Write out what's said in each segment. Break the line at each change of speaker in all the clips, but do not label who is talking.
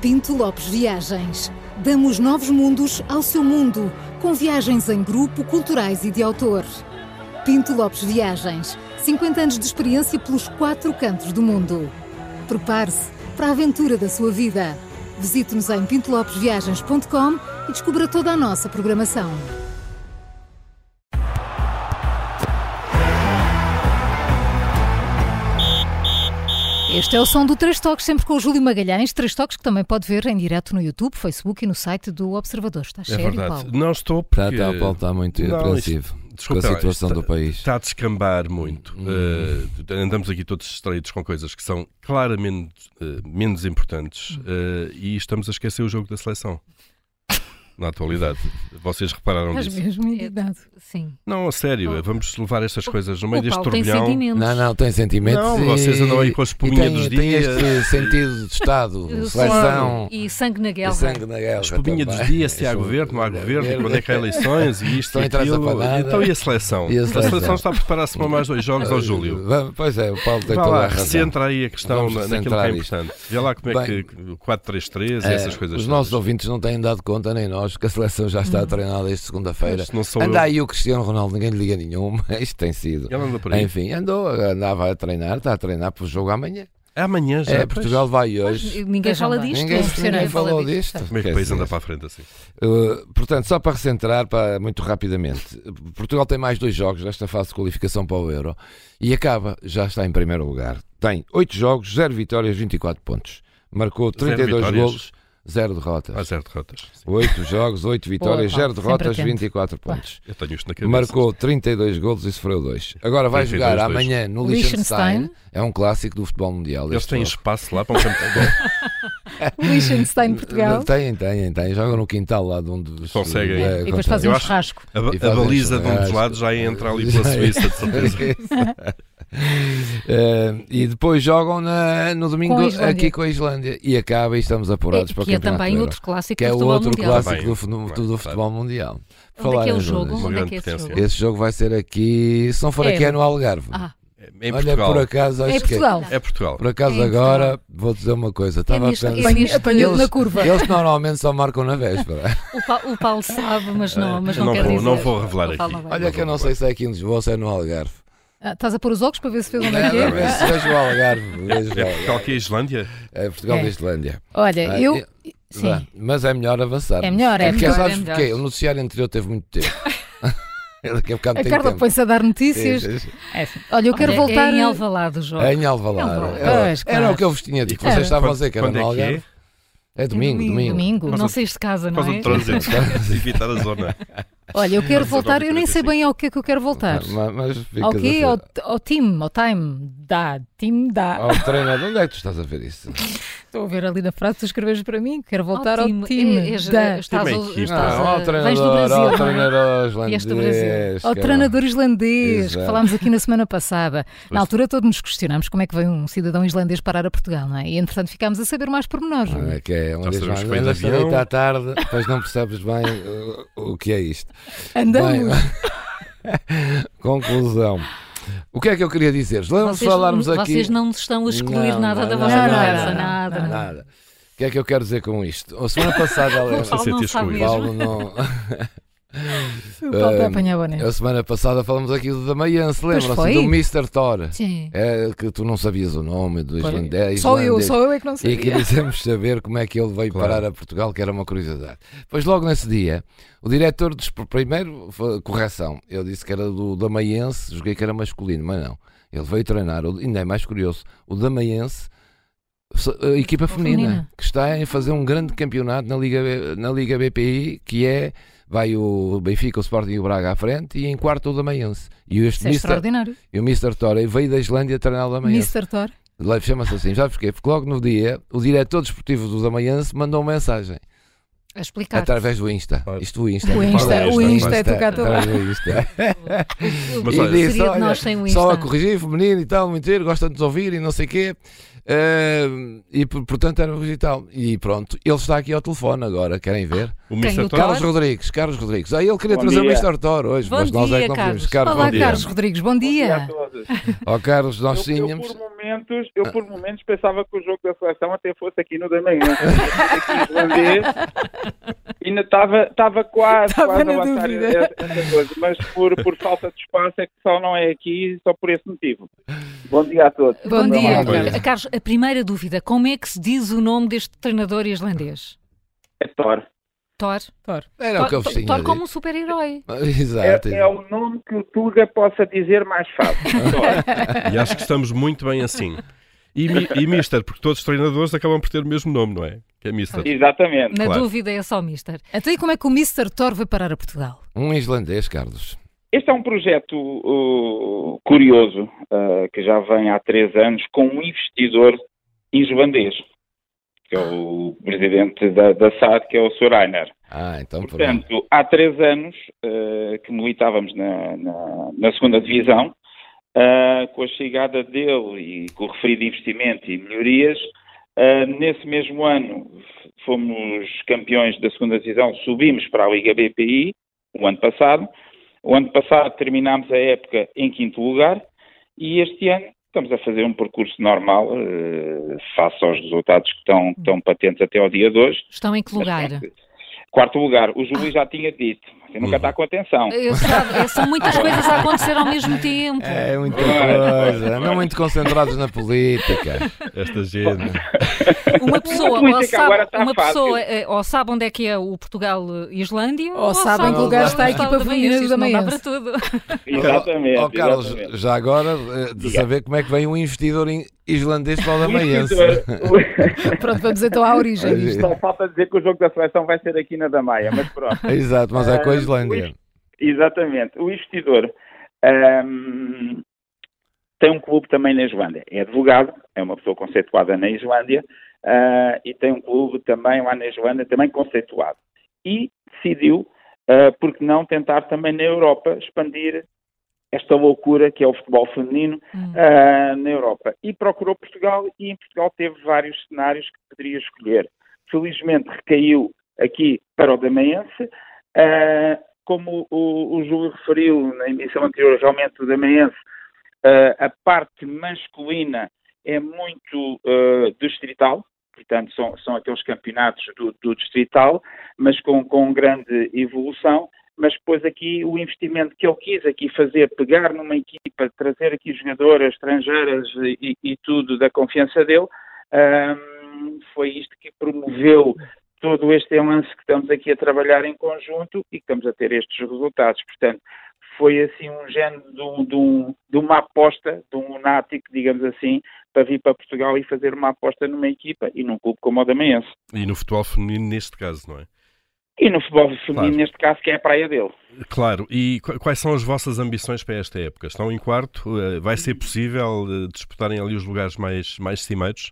Pinto Lopes Viagens. Damos novos mundos ao seu mundo, com viagens em grupo, culturais e de autor. Pinto Lopes Viagens. 50 anos de experiência pelos quatro cantos do mundo. Prepare-se para a aventura da sua vida. Visite-nos em pintolopesviagens.com e descubra toda a nossa programação. Este é o som do Três Toques, sempre com o Júlio Magalhães. Três Toques que também pode ver em direto no YouTube, Facebook e no site do Observador. Estás
É
sério,
verdade.
Paulo?
Não estou
Está,
porque...
está, o Paulo está muito
Não,
apreensivo com a
lá,
situação
está-
do país. Hum.
Está a descambar muito. Eh, andamos aqui todos distraídos com coisas que são claramente eh, menos importantes eh, e estamos a esquecer o jogo da seleção. Na atualidade. Vocês repararam
Estás
disso?
mesmo indignado.
Sim.
Não, a sério. eh, Vamos levar estas coisas no meio
Oh. o
deste
Paulo tem
turbilhão.
sentimentos.
Não, não, tem sentimentos.
Não,
e,
vocês andam aí com as
e
espuminha
tem,
dos
tem
dias.
este sentido de Estado,
Eu sou-
seleção,
E sangue na
e
guerra.
sangue na guerra.
Espuminha dos
também. é um
dias, se há governo, não há governo, quando é que há eleições e isto
Não
e
interessa
aquilo.
para nada.
Então e a seleção?
E a
A seleção
seleção?
está a preparar-se para mais dois jogos ao Júlio.
Vamos- Pois é, o Paulo tem
Vá
toda
lá,
a razão.
recentra aí a questão
Vamos
na- naquilo que é
recentrar isto.
importante. Vê lá como é
Bem,
que o 4-3-3 e
Eh,
essas coisas.
os
todas.
nossos ouvintes não têm dado conta, nem nós, que a seleção já está treinada esta segunda-feira.
Se não sou
Anda
eu,
aí o Cristiano Ronaldo, ninguém lhe liga nenhuma. Isto tem sido.
ele anda por aí.
Enfim, andou, andava a treinar, está a treinar para o jogo amanhã.
É amanhã já.
É,
pois.
Portugal vai hoje.
Mas ninguém
Pois
fala
não dá.
disto.
Ninguém,
não
ninguém
funciona, fala
falou
disto.
Como
disto.
é que o
Quer
país
dizer,
anda para a frente assim?
Uh, portanto, só para recentrar, para, muito rapidamente, Portugal tem mais dois jogos nesta fase de qualificação para o Euro e acaba, já está em primeiro lugar. Tem 8 jogos, 0 vitórias, 24 pontos. Marcou 32
vitórias.
golos, 0
Há
derrotas.
zero derrotas. Sim,
8 jogos, 8 vitórias,
Boa,
0
Paulo,
derrotas,
sempre atento.
24 pontos.
Eu tenho isto na cabeça.
Marcou 32 golos e sofreu 2. Agora vai
32,
jogar
dois.
amanhã no
Liechtenstein.
Liechtenstein. É um clássico do futebol mundial.
Eles
este
têm
jogo.
espaço lá para um campo de futebol.
Liechtenstein, Portugal.
Têm, têm, têm. Jogam no quintal lá de onde dos-
Conseguem.
é,
E depois
conseguem.
fazem
Eu
um
acho-
churrasco.
A, ba-
E
a
fazem é,
baliza de um dos
churrasco.
lados já entra ali pela
é.
Suíça, de certeza.
Eh, e depois jogam na- no domingo
Com a Islândia.
aqui com a Islândia e acaba e estamos apurados para o
que é
campeonato
também
do Euro,
outro clássico
que é
do
o
futebol
outro
mundial.
clássico
Também,
do, fu- do- do
claro.
futebol mundial.
Onde é que é
em
o jogo?
Jonas,
Uma
Onde é
grande
que é esse
potência.
jogo?
Esse jogo vai ser aqui, se não for
É.
aqui é no Algarve.
Ah,
É Em
Olha,
Portugal.
por acaso acho
É
que
Portugal.
É Portugal.
por acaso
É em
agora vou dizer uma coisa, estava a
nisto-
pensar-
é nisto-
Apanhou
Eles-
na curva.
Eles normalmente só marcam na véspera.
o, Pa- o Paulo sabe,
É.
mas não, mas não,
Não
quer
vou-
dizer.
não vou revelar
O Paulo
aqui.
não vai.
Olha que eu não sei se é aqui em Lisboa ou se é no Algarve.
Ah, estás a pôr os óculos para ver se fez onde é que
Nada,
é?
mas vejo o Algarve, vejo o
É Portugal
Algarve.
que é a Islândia?
É Portugal
É.
da Islândia.
Olha,
Ah,
eu.
eu-
Sim.
Vá, Mas é melhor avançar.
É melhor, é
porque
melhor,
sabes
é melhor.
porquê? O noticiário anterior teve muito tempo. Ele daqui a bocado
A
tem
Carla
tempo.
põe-se a dar
Sim,
notícias.
sim, sim.
É assim. Olha, eu quero
Olha,
voltar.
É em
a-
Alvalade o jogo.
Em Alvalade.
Alvalade.
Era,
Pois,
era
claro.
o que eu vos tinha dito. que
Era.
É tipo Vocês estavam a dizer que era
Quando
no
é que é?
Algarve. É domingo, domingo.
Domingo.
Não sei se casa,
Por
não
causa
é?
do trânsito. Evitar a zona.
Olha, eu quero voltar. Eu nem sei
19:45.
bem ao que é que eu quero voltar.
Mas, mas ficas
Ao quê?
a-
Ao, ao time, ao time. Dá, time
Oh.
dá.
ao treinador. Onde é que tu estás a ver isso?
Estou a ver ali na frase, tu escreves para mim. Quero voltar ao time.
É, é,
dá.
estás
Time é
a-
equipa.
estás
Não,
a-
Ah, ao
Vens do
treinador, ao
Brasil. não é?
treinador
Vieste do Brasil.
islandês.
Ao
caralho.
treinador islandês, que
Exato.
falámos aqui na semana passada. Na altura todos nos questionámos como é que veio um cidadão islandês parar a Portugal, não é? E entretanto ficámos a saber mais pormenores.
Ah,
Júlio.
é que é uma
Já
vez
sabemos
mais.
que foi de
Andas
avião.
direita à tarde, depois não percebes bem uh, o que é isto.
Andamos.
Bem, conclusão. O que é que eu queria dizer? Lembro-me de
Vocês-
falarmos aqui.
Vocês não estão a excluir
Não,
nada
não,
da
não,
vossa
não,
conversa,
não,
nada.
não,
nada.
Nada. O que é que eu quero dizer com isto? A semana passada, aliás,
Paulo não
sabe
o
excluído.
mesmo.
Paulo não.
O Paulo está a
Ah,
apanhar bonés.
A semana passada falamos aqui do Damayanse,
foi.
lembram-se? Do Mr. Thor.
Sim.
É, que tu não sabias o nome do
Pois.
islandês.
Só eu,
islandês.
só eu é que não
E
sei.
queríamos saber como é que ele veio
Claro.
parar a Portugal, que era uma curiosidade. Pois logo nesse dia, o diretor dos. Primeiro, foi- correção, eu disse que era do Damaiense, joguei que era masculino, mas não. Ele veio treinar, o- ainda é mais curioso, o Damaiense, se- a equipa feminina,
feminina.
que está em fazer um grande campeonato na Liga, B- na Liga BPI, que é. Vai o Benfica, o Sporting e o Braga à frente, e em quarto o Damaiense. E este
Isso é
Mister, é.
extraordinário.
e o Mr. Torre veio da Islândia treinar o Damaiense.
Mr. Thor.
Lá Chama-se assim, sabes porquê? Porque logo no dia o diretor desportivo do Damaiense mandou uma mensagem
A explicar.
Através do Insta.
Claro.
Isto do Insta.
O Insta, o Insta é tocar toda.
Através do Insta.
O
Mas
que
olha-
seria
Olha,
de nós sem o Insta?
Só a corrigir, feminino e tal, muito giro, gosta de nos ouvir e não sei o quê. Ahm, e por- portanto era o tal. E pronto, ele está aqui ao telefone agora, querem ver?
O
Quem,
Mr. Tom
o Thor?
Carlos Rodrigues, Carlos Rodrigues. Ah, ele queria
Bom
trazer
dia.
o Mr. Thor hoje,
Bom
mas nós é
dia,
que não
Carlos.
podemos. Carlos,
Olá,
bom dia.
Carlos Rodrigues, bom
Bom dia a
dia.
todos.
Ó Carlos, nós
Eu, eu,
tínhamos.
por momentos, eu por momentos pensava que o jogo da seleção até fosse aqui no da manhã. Aqui no holandês. e ainda estava estava quase,
Estava
quase
na
a avançar
dúvida.
essa, essa coisa. Mas por, por falta de espaço é que só não é aqui, só por esse motivo. Bom dia a todos.
Bom
Bom
dia.
dia, Carlos.
Carlos, a primeira dúvida: como é que se diz o nome deste treinador islandês?
É Thor.
Thor?
É
Era o que eu vos
Thor,
tinha
Thor
dito.
como um super-herói.
É,
Exato.
é o nome que o Tuga possa dizer mais fácil. Thor.
E acho que estamos muito bem assim. E, mi- e Mister, porque todos os treinadores acabam por ter o mesmo nome, não é? Que é Mister.
Exatamente.
Na
Claro.
dúvida é só Mister.
Até como é que o Mr. Thor vai parar a Portugal?
Um islandês, Carlos.
Este é um projeto uh, curioso uh, que já vem há três anos com um investidor islandês, que é o presidente da, da SAD, que é o Sr. Einar.
Ah, então pronto.
Portanto, há três anos uh, que militávamos na, na- na segunda divisão, uh, com a chegada dele e com o referido investimento e melhorias, uh, nesse mesmo ano f- fomos campeões da segunda divisão, subimos para a Liga BPI o ano passado. O ano passado terminámos a época em quinto lugar e este ano estamos a fazer um percurso normal, uh, face aos resultados que estão, que estão patentes até ao dia de hoje.
Estão em que lugar?
Quarto lugar, o Júlio já tinha dito. Você nunca está com atenção.
Eu sabe, é- são muitas coisas a acontecer ao mesmo tempo.
É muita
Ora,
coisa. Não é muito concentrados na política.
Esta é? gente.
Uma pessoa,
política
ou sabe,
agora está
uma
fácil.
pessoa eh, ou sabe onde é que é o Portugal-Islândia,
Ou sabe em que lugar está a equipa feminina do
Não dá
Damaense.
para tudo.
Exatamente.
Ó, ó, Oh, Carlos,
exatamente.
já agora, eh, de
Diga. Um
saber como é que vem um investidor in- islandês para o
O
Damaense.
escritor-
Pronto, vamos então à origem disto.
Só falta dizer que o jogo da seleção vai ser aqui na Damaia, mas pronto.
Exato, mas é com a
Ah,
Islândia.
pois. Exatamente. O investidor ahm, tem um clube também na Islândia. É advogado, é uma pessoa conceituada na Islândia ah, e tem um clube também lá na Islândia, também conceituado. E decidiu, ah, por que não, tentar também na Europa expandir esta loucura que é o futebol feminino
Hum.
ah, na Europa. E procurou Portugal e em Portugal teve vários cenários que poderia escolher. Felizmente recaiu aqui para o Damaense. Ah, como o, o Júlio referiu na emissão anterior, realmente o Damaense, ah, a parte masculina é muito ah, distrital, portanto são, são aqueles campeonatos do, do distrital, mas com, com grande evolução. Mas depois aqui o investimento que ele quis aqui fazer, pegar numa equipa, trazer aqui jogadoras estrangeiras e, e tudo da confiança dele, ah, foi isto que promoveu todo este lance que estamos aqui a trabalhar em conjunto e que estamos a ter estes resultados. Portanto, foi assim um género de, um- de um- de uma aposta, de um lunático, digamos assim, para vir para Portugal e fazer uma aposta numa equipa e num clube como o Damaense.
E no futebol feminino, neste caso, não é?
E no futebol feminino,
Claro.
neste caso, que é a praia dele.
Claro, e qu- quais são as vossas ambições para esta época? Estão em quarto? Eh, Vai ser possível eh, disputarem ali os lugares mais, mais cimeiros?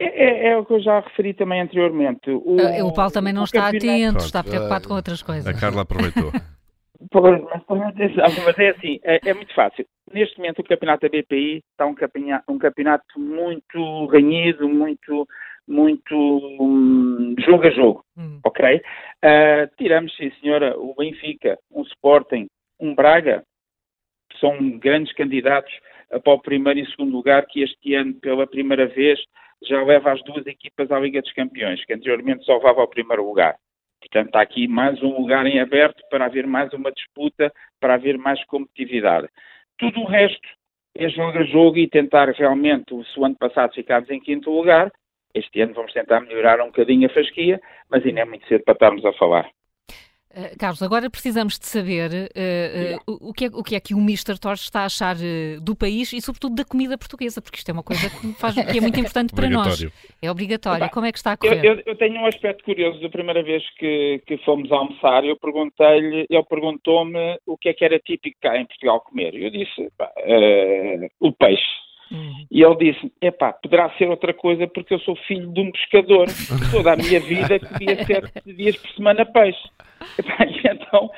É, é- é o que eu já referi também anteriormente.
Eh,
O,
O Paulo também não
o
está
campeonato-
atento,
Pronto,
está preocupado com
eh,
outras
A
coisas.
Carla aproveitou.
Pois, mas, mas é- mas é assim, é, é muito fácil. Neste momento o campeonato da BPI está um campeonato, um campeonato muito ganhido, muito, muito hum, jogo a jogo,
Hum.
Uhum. ok? Ah, tiramos, sim senhora, o Benfica, um Sporting, um Braga, que são grandes candidatos ah, para o primeiro e segundo lugar, que este ano, pela primeira vez, já leva as duas equipas à Liga dos Campeões, que anteriormente só levava ao primeiro lugar. Portanto, está aqui mais um lugar em aberto para haver mais uma disputa, para haver mais competitividade. Tudo o resto é jogo a jogo e tentar realmente, se o ano passado ficámos em quinto lugar, este ano vamos tentar melhorar um bocadinho a fasquia, mas ainda é muito cedo para estarmos a falar.
Eh, Carlos, agora precisamos de saber eh, eh, o, o que é, o que é que o Mr. Torres está a achar eh, do país e, sobretudo, da comida portuguesa, porque isto é uma coisa que, faz- que é muito importante para nós.
Obrigatório.
É obrigatório.
Epá,
Como é que está a
Eu,
correr?
eu- eu tenho um aspecto curioso. Da primeira vez que, que fomos almoçar, eu perguntei-lhe, ele perguntou-me o que é que era típico cá em Portugal comer. Eu disse, pá, eh, o peixe. E ele disse: Epá, poderá ser outra coisa porque eu sou filho de um pescador. Toda a minha vida comia sete dias por semana peixe. Epá, e então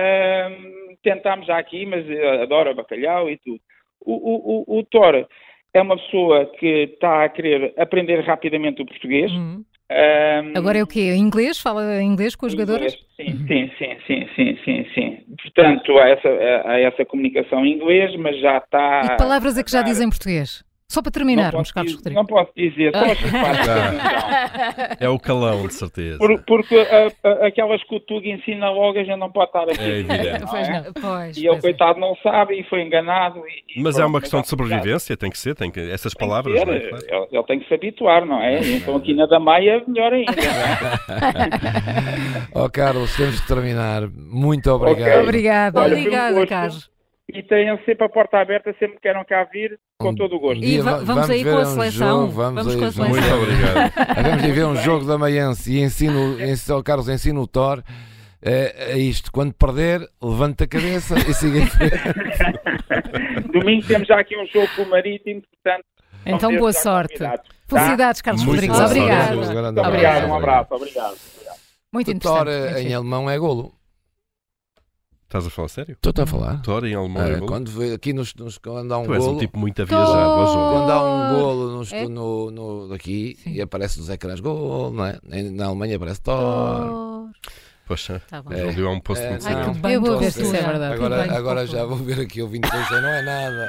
hum, tentámos já aqui, mas eu adoro bacalhau e tudo. O, o, o, o Thor é uma pessoa que está a querer aprender rapidamente o português.
Hum.
Hum,
Agora é o quê? Inglês? Fala inglês com os jogadores?
Sim, sim, sim, sim, sim, sim, sim. Portanto, há essa, há essa comunicação em inglês, mas já está.
E que palavras é que já dizem em português? Só para terminarmos,
posso
Carlos
dizer-
Rodrigues. Ah.
não posso dizer, só as que fazem atenção.
É o calão, de certeza.
Por- um- porque a- a- aquelas que o Tuga ensina logo a gente não pode estar aqui.
É evidente.
não
Pois
é?
não, pois.
E ele,
pois é.
coitado, não sabe e foi enganado. e- e
Mas é
pronto,
uma questão
há
de
que cuidar.
sobrevivência, tem que ser, tem que. Essas
Tem que
palavras,
ser,
não é? Claro.
ele, ele tem que se habituar, não é? Então aqui na da Maia, melhor ainda. não é?
Ó Oh, Carlos, temos de terminar. Muito obrigado.
Ok.
Obrigada.
Olha, foi um
Obrigada,
gosto.
Carlos.
E tenham sempre a porta aberta, sempre que queiram cá vir, com todo o gosto.
Um
E
dia
va-
va-
vamos aí com
ver
a
um
seleção.
jogo, vamos
Vamos
aí
com a
ver.
seleção.
Muito obrigado.
Vamos ir ver um jogo da Maiense e ensino, ensino, oh, Carlos, ensino o Thor eh, a isto. Quando perder, levanta a cabeça e siga em frente.
Domingo temos já aqui um jogo com o Marítimo, portanto. vão
Então
ter
boa
já
sorte.
convidados, tá?
Felicidades, Carlos
Muito
Rodrigues.
boa sorte.
Obrigada.
Muito
Muito obrigado, um abraço, obrigado.
Muito
Thor
interessante.
eh, em
enfim.
alemão é golo.
Estás a falar sério?
Estou a falar?
Tora em alemão
Ah,
é golo?
quando, vê- aqui nos, nos- quando há um
Tu és um
golo,
tipo muito aviajado, ó João.
quando há um golo nos,
É?
no, no- aqui
Sim.
e aparece nos ecrãs golo, não é? Em- Na Alemanha aparece Thor.
Oh,
Poxa,
Tá bom.
é. é um posto
É,
muito
não.
sério.
Eu vou ver se
Tudo
isso é
bem.
verdade.
Agora, agora já vou ver aqui o 26, não é nada.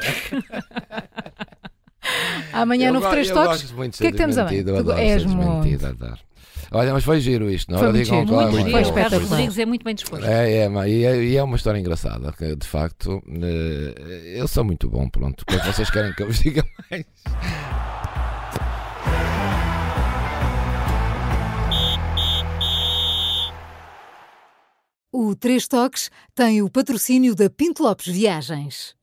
Amanhã
Eu
no
go-
Três
eu
Toques.
gosto muito de
O que é que
ser
temos amanhã?
desmentido, eu
Tu
adoro
és
ser
muito.
desmentido, adoro. Olha, mas foi giro isto, não é?
Foi
Ora,
muito
digam
giro,
lá,
muito
lá,
giro.
lá.
Pois,
espetacular.
Carlos Rodrigues é muito bem disposto.
É, é, mas- e é, e é uma história engraçada, que, de facto. eh, Eu sou muito bom, pronto. O que é que vocês querem que eu vos diga mais?
O Três Toques tem o patrocínio da Pinto Lopes Viagens.